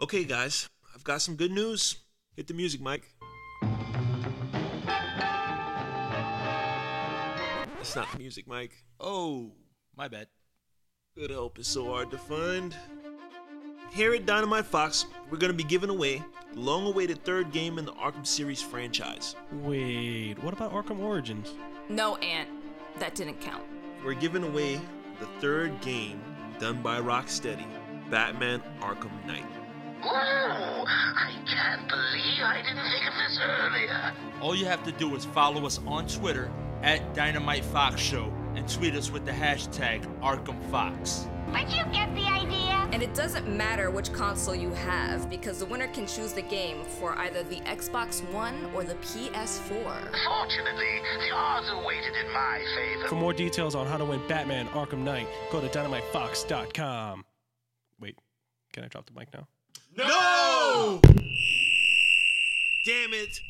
Okay, guys, I've got some good news. Hit the music, Mike. It's not music, Mike. Oh, my bad. Good help is so hard to find. Here at Dynamite Fox, we're going to be giving away the long awaited third game in the Arkham series franchise. Wait, what about Arkham Origins? No, Aunt. That didn't count. We're giving away the third game done by Rocksteady Batman Arkham Knight. Whoa! I can't believe I didn't think of this earlier. All you have to do is follow us on Twitter at Dynamite Fox Show and tweet us with the hashtag ArkhamFox. But you get the idea. And it doesn't matter which console you have because the winner can choose the game for either the Xbox One or the PS4. Fortunately, the odds are weighted in my favor. For more details on how to win Batman Arkham Knight, go to dynamitefox.com. Wait, can I drop the mic now? No! Damn it!